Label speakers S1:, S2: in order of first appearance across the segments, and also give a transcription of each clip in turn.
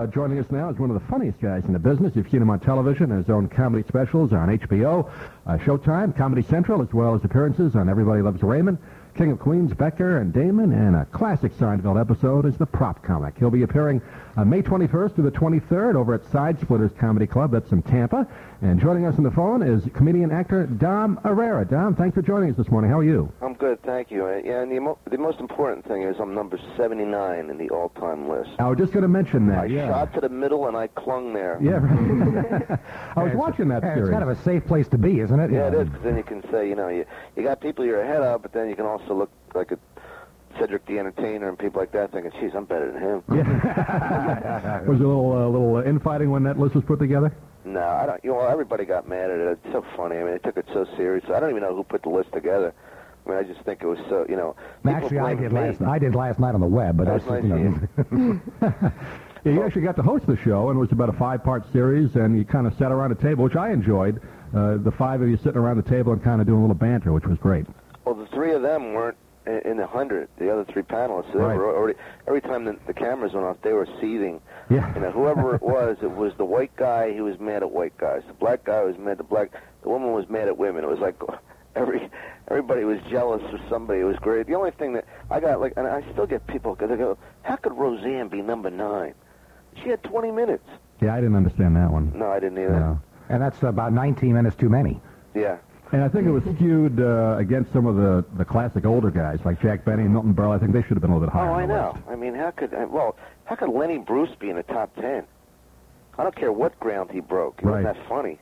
S1: Uh, joining us now is one of the funniest guys in the business. You've seen him on television, his own comedy specials on HBO, uh, Showtime, Comedy Central, as well as appearances on Everybody Loves Raymond, King of Queens, Becker, and Damon, and a classic Seinfeld episode is the prop comic. He'll be appearing uh, May 21st through the 23rd over at Side Splitters Comedy Club. That's in Tampa. And joining us on the phone is comedian actor Dom Herrera. Dom, thanks for joining us this morning. How are you?
S2: I'm good, thank you. Uh, Yeah, and the, mo- the most important thing is I'm number 79 in the all-time list.
S1: I was just going to mention
S2: I
S1: that. Yeah.
S2: shot to the middle and I clung there.
S1: Yeah, right. I was watching that
S3: Hey,
S1: series.
S3: It's kind of a safe place to be, isn't it?
S2: Yeah, it is, 'cause then you can say, you know, you, you got people you're ahead of, but then you can also look like a Cedric the Entertainer and people like that thinking, geez, I'm better than him.
S1: Was there a little, uh, little uh, infighting when that list was put together?
S2: No, I don't, you know, everybody got mad at it. It's so funny. I mean, they took it so seriously. I don't even know who put the list together. I mean, I just think it was so, you know. people
S3: Actually, I
S2: blamed
S3: did
S2: me.
S3: last. I did last night on the web, but
S2: That's
S3: that's you
S2: nice
S3: know,
S2: of
S1: Yeah, you actually got to host the show, and it was about a five-part series, and you kind of sat around a table, which I enjoyed. Uh, the five of you sitting around the table and kind of doing a little banter, which was great.
S2: Well, the three of them weren't i- in the hundred. The other three panelists, they
S1: Right.
S2: were already. Every time the, the cameras went off, they were seething.
S1: Yeah.
S2: You know, whoever it was, it was the white guy. He was mad at white guys. The black guy was mad at black. The woman was mad at women. It was like every everybody was jealous of somebody. It was great. The only thing that I got like, and I still get people because they go, "How could Roseanne be number nine? She had 20 minutes."
S1: Yeah, I didn't understand that one.
S2: No, I didn't either.
S1: No.
S3: and that's about 19 minutes too many.
S2: Yeah.
S1: And I think it was skewed uh, against some of the, the classic older guys, like Jack Benny and Milton Berle. I think they should have been a little bit
S2: Oh,
S1: higher.
S2: I
S1: on the
S2: know.
S1: list.
S2: I mean, how could uh, well, how could Lenny Bruce be in the top ten? I don't care what ground he broke. It
S1: Right.
S2: wasn't that funny.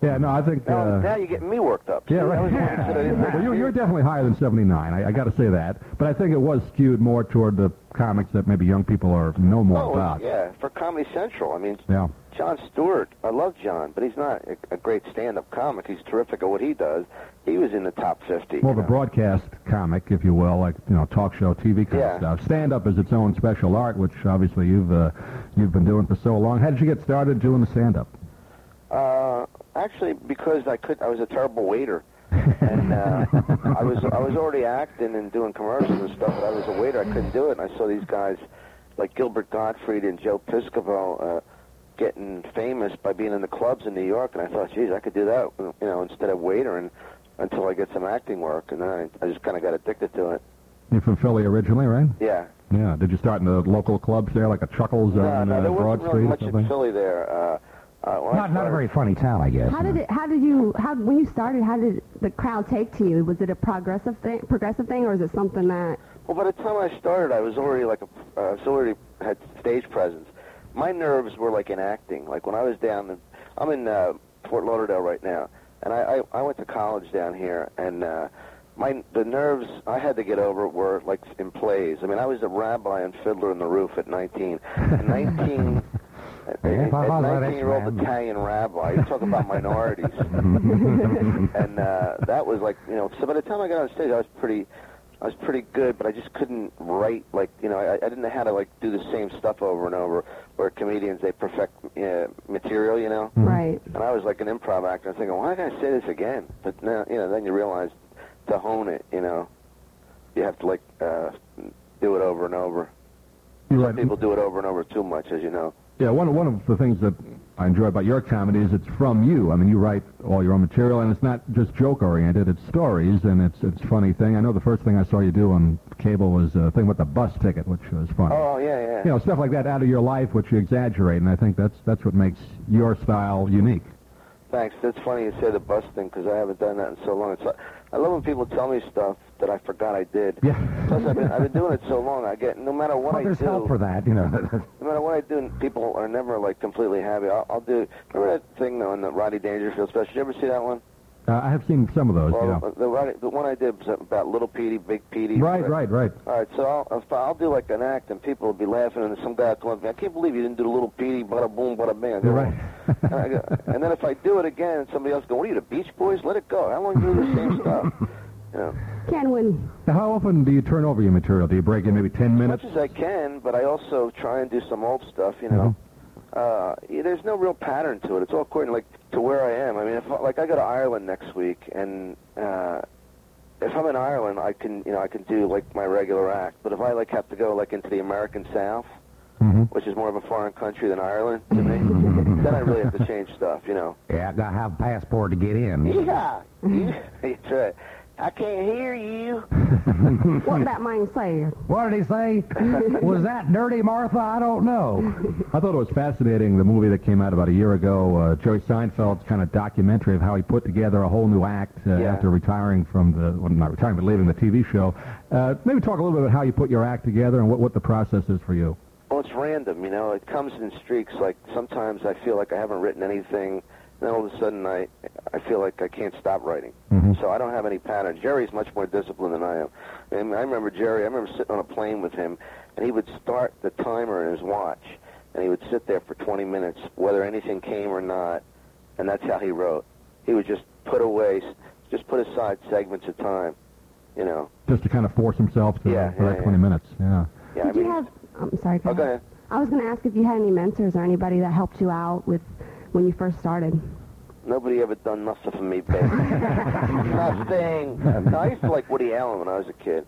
S1: Yeah, no, I think.
S2: Now,
S1: uh,
S2: now you're getting me worked up.
S1: Yeah,
S2: See, that
S1: right.
S2: was what we said.
S1: well, you, you're definitely higher than 79. I, I got to say that. But I think it was skewed more toward the comics that maybe young people are know more
S2: Oh,
S1: about.
S2: yeah, for Comedy Central. I mean,
S1: Yeah.
S2: John Stewart. I love John, but he's not a, a great stand-up comic. He's terrific at what he does. He was in the top fifty.
S1: More of a
S2: you know.
S1: broadcast comic, if you will, like you know, talk show, TV kind
S2: Yeah.
S1: of stuff. Stand up is its own special art, which obviously you've uh, you've been doing for so long. How did you get started doing the stand up?
S2: Uh, actually, because I could, I was a terrible waiter, and uh, I was I was already acting and doing commercials and stuff, but I was a waiter. I couldn't do it. And I saw these guys like Gilbert Gottfried and Joe Piscopo uh, getting famous by being in the clubs in New York, and I thought, geez, I could do that, you know, instead of waiter, and until I get some acting work, and then I, I just kind of got addicted to it.
S1: You're from Philly originally, right?
S2: Yeah.
S1: Yeah. Did you start in the local clubs there, like a Chuckles
S2: No,
S1: on
S2: no,
S1: uh,
S2: there
S1: Broad
S2: wasn't really
S1: Street or
S2: much in
S1: something?
S2: Philly there. Uh, uh, when I
S3: Not not a
S2: started-
S3: very funny town, I guess.
S4: How did it? How did you? How when you started? How did the crowd take to you? Was it a progressive thing? Progressive thing, or is it something that?
S2: Well, by the time I started, I was already like a, uh, I was already had stage presence. My nerves were like in acting. Like when I was down, in, I'm in uh, Fort Lauderdale right now, and I, I I went to college down here, and uh, my the nerves I had to get over were like in plays. I mean, I was a rabbi and fiddler in the roof at 19, At 19. A
S3: Yeah, how about that,
S2: 19-year-old
S3: man?
S2: Italian rabbi. You talk about minorities, and uh, that was like you know. So by the time I got on stage, I was pretty, I was pretty good, but I just couldn't write like you know. I, I didn't know how to like do the same stuff over and over. Where comedians they perfect uh, material, you know.
S3: Mm-hmm.
S4: Right.
S2: And I was like an improv actor. I was thinking, why did I say this again? But now you know, then you realize to hone it, you know, you have to like uh, do it over and over.
S1: You're
S2: Some
S1: right.
S2: people do it over and over too much, as you know.
S1: Yeah, one one of the things that I enjoy about your comedy is it's from you. I mean, you write all your own material, and it's not just joke oriented. It's stories, and it's it's funny thing. I know the first thing I saw you do on cable was a thing with the bus ticket, which was funny.
S2: Oh yeah, yeah.
S1: You know, stuff like that out of your life, which you exaggerate, and I think that's that's what makes your style unique.
S2: Thanks. That's funny you say the bus thing because I haven't done that in so long. It's like, I love when people tell me stuff that I forgot I did.
S1: Yeah.
S2: Plus, I've been, I've been doing it so long. I get no matter what
S3: Well,
S2: I
S3: there's
S2: do.
S3: help for that, you know.
S2: No matter what I do, people are never like completely happy. I'll, I'll do. Remember that thing though in the Roddy Dangerfield special? Did you ever see that one?
S1: Uh, I have seen some of those.
S2: Well,
S1: you know.
S2: the, Roddy, the one I did was about Little Petey, Big Petey.
S1: Right, right, right.
S2: All right, so I'll, if I'll do like an act, and people will be laughing, and some guy will come up to me, I can't believe you didn't do the little Petey, bada boom, bada bang. I go,
S1: You're right.
S2: and, I go, and then if I do it again, somebody else go, what are you, the Beach Boys? Let it go. How long do you do the same stuff? You know,
S4: Can win.
S1: Now, How often do you turn over your material? Do you break in maybe ten
S2: as
S1: minutes?
S2: much as I can, but I also try and do some old stuff, you know.
S1: Mm-hmm.
S2: Uh, yeah, there's no real pattern to it. It's all according like to where I am. I mean, if I- like I go to Ireland next week, and uh, if I'm in Ireland, I can you know I can do like my regular act. But if I like have to go like into the American South,
S1: Mm-hmm.
S2: which is more of a foreign country than Ireland to me, then I really have to change stuff, you know.
S3: Yeah, I gotta have passport to get in.
S2: Yeah, that's right. I can't hear you.
S4: What that man say?
S3: What did he say? Was that dirty Martha? I don't know.
S1: I thought it was fascinating, the movie that came out about a year ago, uh, Jerry Seinfeld's kind of documentary of how he put together a whole new act uh,
S2: Yeah.
S1: after retiring from the, well, not retiring, but leaving the TV show. Uh, maybe talk a little bit about how you put your act together and what, what the process is for you.
S2: Well, it's random, you know. It comes in streaks. Like sometimes I feel like I haven't written anything, and then all of a sudden I, I feel like I can't stop writing. So I don't have any pattern. Jerry's much more disciplined than I am. And I remember Jerry. I remember sitting on a plane with him, and he would start the timer in his watch, and he would sit there for 20 minutes, whether anything came or not, and that's how he wrote. He would just put away, just put aside segments of time, you know.
S1: Just to kind of force himself to,
S2: Yeah,
S1: for
S2: yeah,
S1: that
S2: yeah.
S1: 20 minutes. Yeah.
S2: Yeah, I
S4: Did
S2: mean,
S4: you have? I'm sorry.
S2: Oh, go ahead.
S4: I was going to ask if you had any mentors or anybody that helped you out with when you first started.
S2: Nobody ever done nothing for me, baby. nothing. No, I used to like Woody Allen when I was a kid.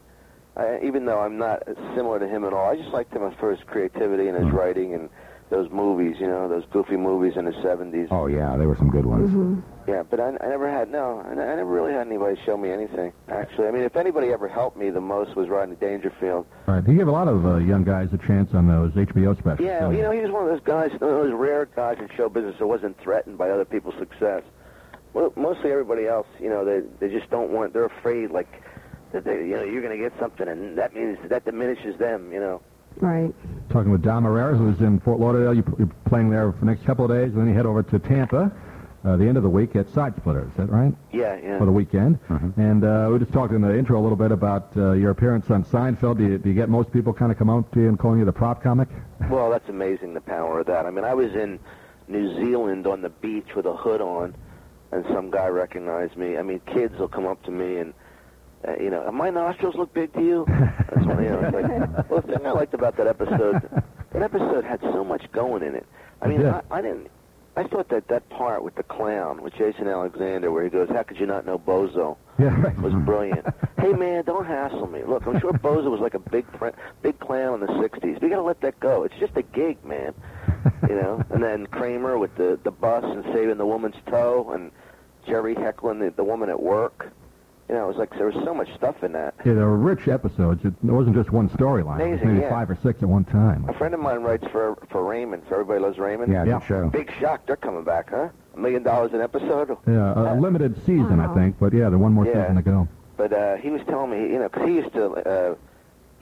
S2: I, even though I'm not similar to him at all, I just liked him for his creativity and his writing and those movies, you know, those goofy movies in the 70s.
S3: Oh yeah, there were some good ones.
S2: Yeah, but I, I never had, no, I, I never really had anybody show me anything, actually. I mean, if anybody ever helped me the most was Rodney Dangerfield.
S1: All right. You give a lot of uh, young guys a chance on those HBO specials. uh,
S2: Yeah,
S1: don't
S2: you know, he was one of those guys, one of those rare guys in show business that wasn't threatened by other people's success. Well, mostly everybody else, you know, they they just don't want. They're afraid, like, that they, you know, you're going to get something, and that means that diminishes them, you know.
S4: Right.
S1: Talking with Don Herrera, who's in Fort Lauderdale. You- You're playing there for the next couple of days, and then you head over to Tampa uh, the end of the week at Side Splitter. Is that right?
S2: Yeah, yeah. Mm-hmm.
S1: For the weekend. And uh, we just talked in the intro a little bit about uh, your appearance on Seinfeld. Do you, do you get most people kind of come up to you and calling you the prop comic?
S2: Well, that's amazing the power of that. I mean, I was in New Zealand on the beach with a hood on, and some guy recognized me. I mean, kids will come up to me and. Uh, you know, my nostrils look big to you. That's one, you know, it's like, well, the thing I liked about that episode, that episode had so much going in it. I mean,
S1: Yeah.
S2: I, I didn't, I thought that that part with the clown, with Jason Alexander, where he goes, "How could you not know Bozo?"
S1: Yeah, right.
S2: was brilliant. hey man, don't hassle me. Look, I'm sure Bozo was like a big pr- big clown in the '60s. We gotta let that go. It's just a gig, man. You know. and then Kramer with the the bus and saving the woman's toe, and Jerry heckling the, the woman at work. You know, it was like there was so much stuff in that.
S1: Yeah, there were rich episodes. It wasn't just one storyline. It was
S2: Amazing,
S1: maybe
S2: yeah.
S1: five or six at one time.
S2: A friend of mine writes for for Raymond. For everybody loves Raymond.
S3: Yeah,
S1: Yeah.
S3: good show.
S2: Big shock. They're coming back, huh? A million dollars an episode.
S1: Yeah, a limited season, I
S4: Wow.
S1: think. But yeah, there's one more
S2: Uh, Yeah.
S1: season to go.
S2: But uh, he was telling me, you know, 'cause he used to uh,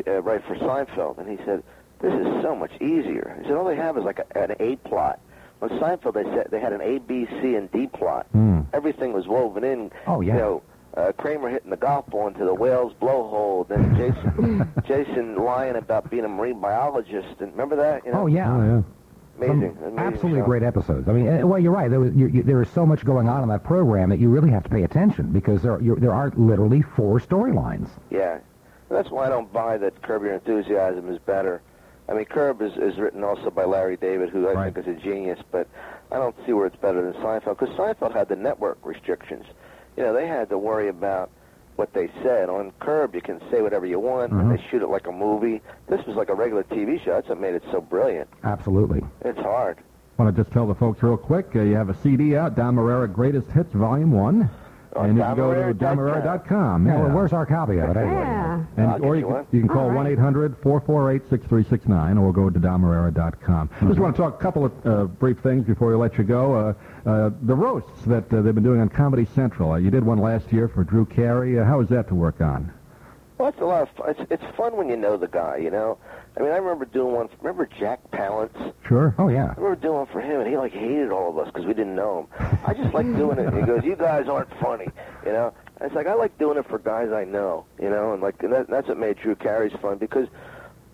S2: uh, write for Seinfeld, and he said, "This is so much easier." He said, "All they have is like a, an A plot." On Seinfeld, they said they had an A, B, C, and D plot.
S1: Hmm.
S2: Everything was woven in.
S3: Oh, yeah.
S2: You know, uh, Kramer hitting the golf ball into the whale's blowhole, then Jason Jason lying about being a marine biologist, and remember that? You know,
S3: Oh yeah.
S1: Oh, yeah.
S2: amazing,
S3: Some
S2: amazing
S3: absolutely
S2: show.
S3: great episodes. I mean, eh, well, you're right. There was you, you, there is so much going on in that program that you really have to pay attention because there you, there are literally four storylines.
S2: Yeah. That's why I don't buy that Curb Your Enthusiasm is better. I mean, Curb is, is written also by Larry David, who I
S1: Right.
S2: think is a genius, but I don't see where it's better than Seinfeld, because Seinfeld had the network restrictions. You know, they had to worry about what they said. On Curb, you can say whatever you want, and they shoot it like a movie. This was like a regular TV show. That's what made it so brilliant.
S3: Absolutely.
S2: It's hard.
S1: Want to just tell the folks real quick, uh, you have a CD out, Don Marrera Greatest Hits, Volume 1.
S2: Oh,
S1: and you can go to
S2: DonMarrera.com.
S1: DonMarrera.com.
S3: Yeah. well, where's our copy of it anyway?
S4: Yeah.
S2: I'll
S1: And,
S2: get
S1: or
S2: you
S1: you
S2: one.
S1: can, you can call
S4: All right.
S1: 1-800-448-6369 or go to DonMarrera.com. Just want to talk a couple of uh, brief things before we let you go. Uh, uh, the roasts that uh, they've been doing on Comedy Central. Uh, you did one last year for Drew Carey. Uh, how was that to work on?
S2: Well, it's a lot of fun. It's, it's fun when you know the guy, you know? I mean, I remember doing one. Remember Jack Palance?
S1: Sure.
S3: Oh yeah.
S2: I remember doing one for him, and he like hated all of us because we didn't know him. I just like doing it. He goes, "You guys aren't funny," you know. And it's like I like doing it for guys I know, you know, and like and that, that's what made Drew Carey's fun because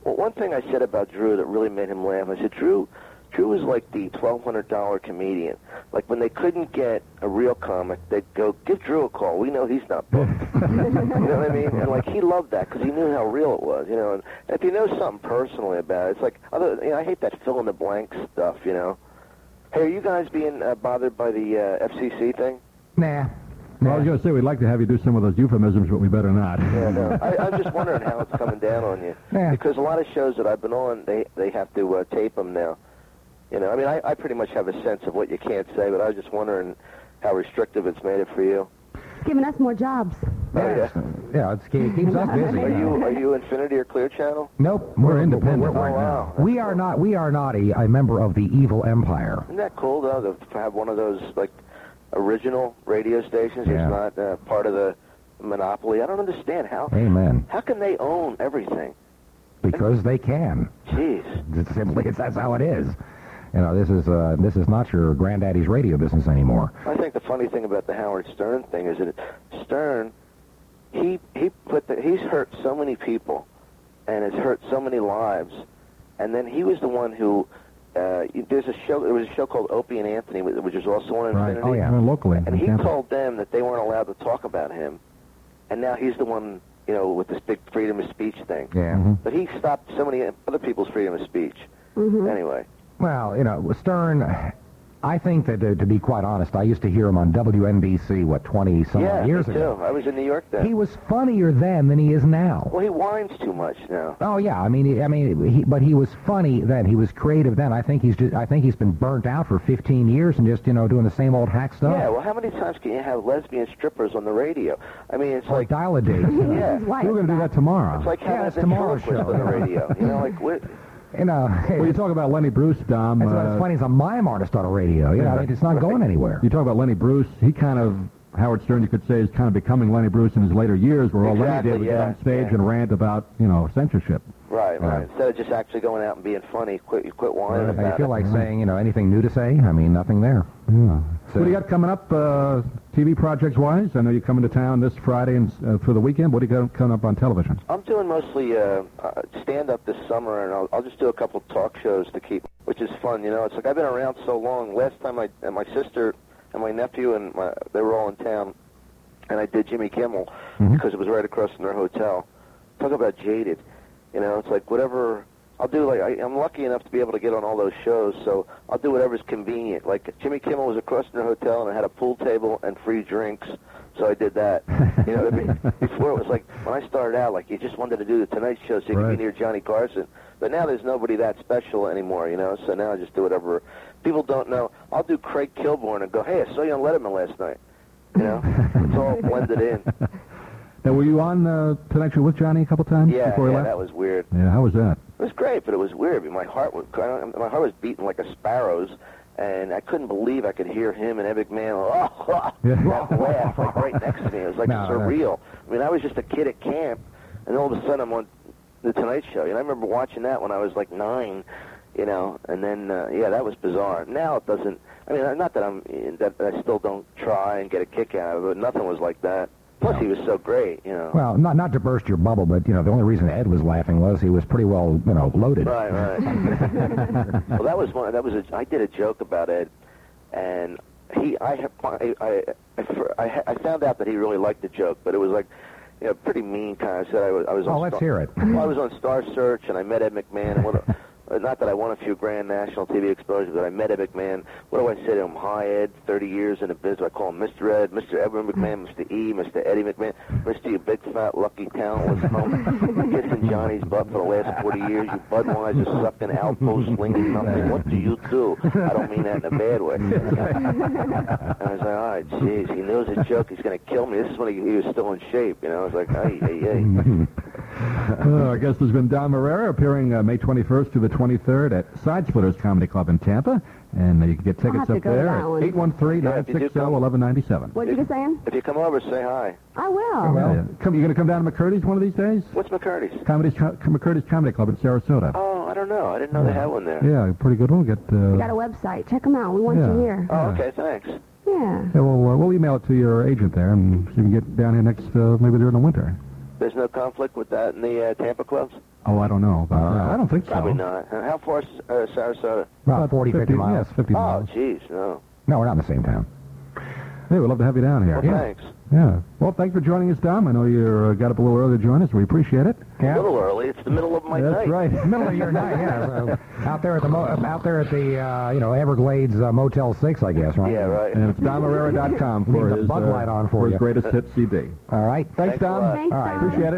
S2: well, one thing I said about Drew that really made him laugh. I said, "Drew, Drew was like the twelve hundred dollar comedian. Like when they couldn't get a real comic, they'd go give Drew a call. We know he's not booked." You know what I mean? And like he loved that because he knew how real it was. You know, and if you know something personally about it, it's like other. You know, I hate that fill in the blank stuff. You know. Hey, are you guys being uh, bothered by the uh, FCC thing?
S3: Nah. Well, I was going to say we'd like to have you do some of those euphemisms, but we better not.
S2: Yeah, no. I, I'm just wondering how it's coming down on you
S1: Yeah.
S2: because a lot of shows that I've been on, they they have to uh, tape them now. You know, I mean, I, I pretty much have a sense of what you can't say, but I was just wondering how restrictive it's made it for you.
S4: It's giving us more jobs.
S2: Oh, yeah.
S1: Yeah, it's, it keeps us busy.
S2: Are you are you Infinity or Clear Channel?
S1: Nope,
S3: We're
S1: we're,
S3: independent
S1: independent
S2: right
S1: right
S2: now.
S1: now. We are not. We are not a, a member of the evil empire.
S2: Isn't that cool though to have one of those like original radio stations that's
S1: Yeah.
S2: not uh, part of the monopoly? I don't understand how
S1: Amen.
S2: how can they own everything?
S1: Because they can.
S2: Jeez.
S1: It's simply, it's, that's how it is. You know, this is uh, this is not your granddaddy's radio business anymore.
S2: I think the funny thing about the Howard Stern thing is that Stern, he he put the, he's hurt so many people, and has hurt so many lives, and then he was the one who. Uh, there's a show. There was a show called Opie and Anthony, which was also on
S3: Right.
S2: Infinity.
S1: Oh, yeah.
S3: And locally.
S2: And he
S3: Yeah.
S2: told them that they weren't allowed to talk about him, and now he's the one, you know, with this big freedom of speech thing.
S1: Yeah.
S2: But he stopped so many other people's freedom of speech. Anyway,
S1: Well, you know, Stern. I think that uh, to be quite honest, I used to hear him on WNBC what twenty some
S2: yeah,
S1: years
S2: me
S1: ago.
S2: too. I was in New York then.
S1: He was funnier then than he is now.
S2: well, he whines too much now.
S1: Oh yeah, I mean, he, I mean, he, but he was funny then. He was creative then. I think he's just, I think he's been burnt out for 15 years and just you know doing the same old hack stuff.
S2: Yeah, well, how many times can you have lesbian strippers on the radio? I mean, it's
S1: or
S2: like
S1: dial a date.
S2: yeah,
S4: His wife.
S3: We're going to do that tomorrow.
S2: it's like having
S1: it's
S2: a
S1: tomorrow's
S2: ventriloquist
S1: show.
S2: on the radio. You know, like what?
S1: you know,
S3: well, you talk about Lenny Bruce, Dom.
S1: that's what's
S3: uh,
S1: funny. He's a mime artist on a radio. You know, I mean, it's not going anywhere.
S3: You talk about Lenny Bruce. He kind of Howard Stern, you could say, is kind of becoming Lenny Bruce in his later years, where all
S2: Exactly,
S3: Lenny did was
S2: yeah,
S3: get on stage
S2: yeah.
S3: and rant about you know censorship.
S2: Right, right.
S1: Yeah.
S2: Instead of just actually going out and being funny, quit you quit whining
S1: I
S2: about
S1: feel
S2: it.
S1: like saying you know anything new to say. I mean, nothing there.
S3: Yeah.
S1: So-
S3: what do you got coming up, uh, TV projects wise? I know you're coming to town this Friday and uh, for the weekend. What do you got coming up on television?
S2: I'm doing mostly uh, uh, stand up this summer, and I'll, I'll just do a couple talk shows to keep, which is fun. You know, it's like I've been around so long. Last time I and my sister and my nephew and my, they were all in town, and I did Jimmy Kimmel because it was right across from their hotel. Talk about jaded. You know, it's like whatever. I'll do like I, I'm lucky enough to be able to get on all those shows, so I'll do whatever's convenient. Like Jimmy Kimmel was across from their hotel, and I had a pool table and free drinks, so I did that. You know, what I mean? before it was like when I started out, like you just wanted to do the Tonight Show so you could
S3: Right.
S2: be near Johnny Carson. But now there's nobody that special anymore, you know. So now I just do whatever. People don't know. I'll do Craig Kilborn and go, "Hey, I saw you on Letterman last night." You know, it's all blended in.
S3: Now, were you on uh, connection with Johnny a couple times
S2: Yeah,
S3: before he
S2: yeah,
S3: left?
S2: that was weird.
S3: yeah, how was that?
S2: It was great, but it was weird. My heart was I don't- my heart was beating like a sparrow's, and I couldn't believe I could hear him and Ed McMahon oh, that laugh like right next to me. It was like
S1: No, no.
S2: surreal. I mean, I was just a kid at camp, and all of a sudden I'm on the Tonight Show, and I remember watching that when I was like nine, you know. And then uh, yeah, that was bizarre. Now it doesn't. I mean, not that I'm that I still don't try and get a kick out of it, but nothing was like that. Plus, he was so great, you know.
S1: Well, not not to burst your bubble, but you know the only reason Ed was laughing was he was pretty well you know loaded.
S2: Right, right. well, that was one. That was a. I did a joke about it, and he. I have. I. I. I, fir- I, ha- I found out that he really liked the joke, but it was like, you know, pretty mean kind. I said I was. I was
S1: Oh,
S2: on
S1: let's
S2: Star-
S1: hear it.
S2: Well, I was on Star Search, and I met Ed McMahon. And what a, uh, not that I won a few grand national TV exposure, but I met Ed McMahon. What do I say to him? Hi, Ed. Thirty years in the biz. I call him Mr. Ed, Mr. Edwin McMahon, Mr. E, Mr. Eddie McMahon, Mr. You big fat lucky talentless home. Kissing Johnny's butt for the last forty years. You Budweiser sucking Alpo slinging nothing. What do you do? I don't mean that in a bad way. And I was like, all right, jeez, he knows a joke. He's going to kill me. This is when he, he was still in shape, you know. I was like, hey, hey, hey.
S3: Uh, our guest has been Don Herrera, appearing uh, May 21st to the 23rd at Side Splitters Comedy Club in Tampa. And uh, you can get
S4: I'll have
S3: tickets
S4: to
S3: up
S4: go to
S3: there
S4: that
S3: at
S4: one.
S3: 813-960-1197.
S4: What you just saying?
S2: If you come over, say hi.
S4: I will.
S3: Yeah, yeah. Come, you going to come down to McCurdy's one of these days?
S2: What's McCurdy's?
S3: Comedy's, Co- McCurdy's Comedy Club in Sarasota.
S2: Oh, I don't know. I didn't know they had one there.
S3: Yeah, pretty good one. Get, uh,
S4: We got a website. Check them out. We want
S3: Yeah.
S4: you here.
S2: Oh, okay, thanks.
S4: Yeah.
S3: yeah, well, uh, we'll email it to your agent there, and you can get down here next, uh, maybe during the winter.
S2: There's no conflict with that in the uh, Tampa clubs?
S3: Oh, I don't know. About
S1: Uh,
S3: that. I don't think so.
S2: Probably not. Uh, How far is uh, Sarasota?
S1: About 40, 50 miles.
S3: Yes, 50
S2: Oh,
S3: miles.
S2: jeez, no.
S1: No, we're not in the same town.
S3: Hey, we'd love to have you down here.
S2: Well, thanks.
S3: Yeah. Well, thanks for joining us, Dom. I know you uh, got up a little early to join us. We appreciate it.
S2: A little early. It's the middle of my
S3: That's
S2: night.
S3: right.
S1: Middle of your night, yeah. So out there at the mo- out there at the uh, you know Everglades uh, Motel Six, I guess, right?
S2: Yeah, right.
S3: And it's DonRivera.com
S1: Need
S3: for
S1: the
S3: his,
S1: Bud
S3: uh,
S1: Light on for
S3: his
S1: you.
S3: greatest hit CD.
S1: All right.
S3: Thanks,
S2: Thanks a
S3: Don.
S2: lot.
S4: Thanks,
S1: All right.
S4: Don.
S3: Appreciate it.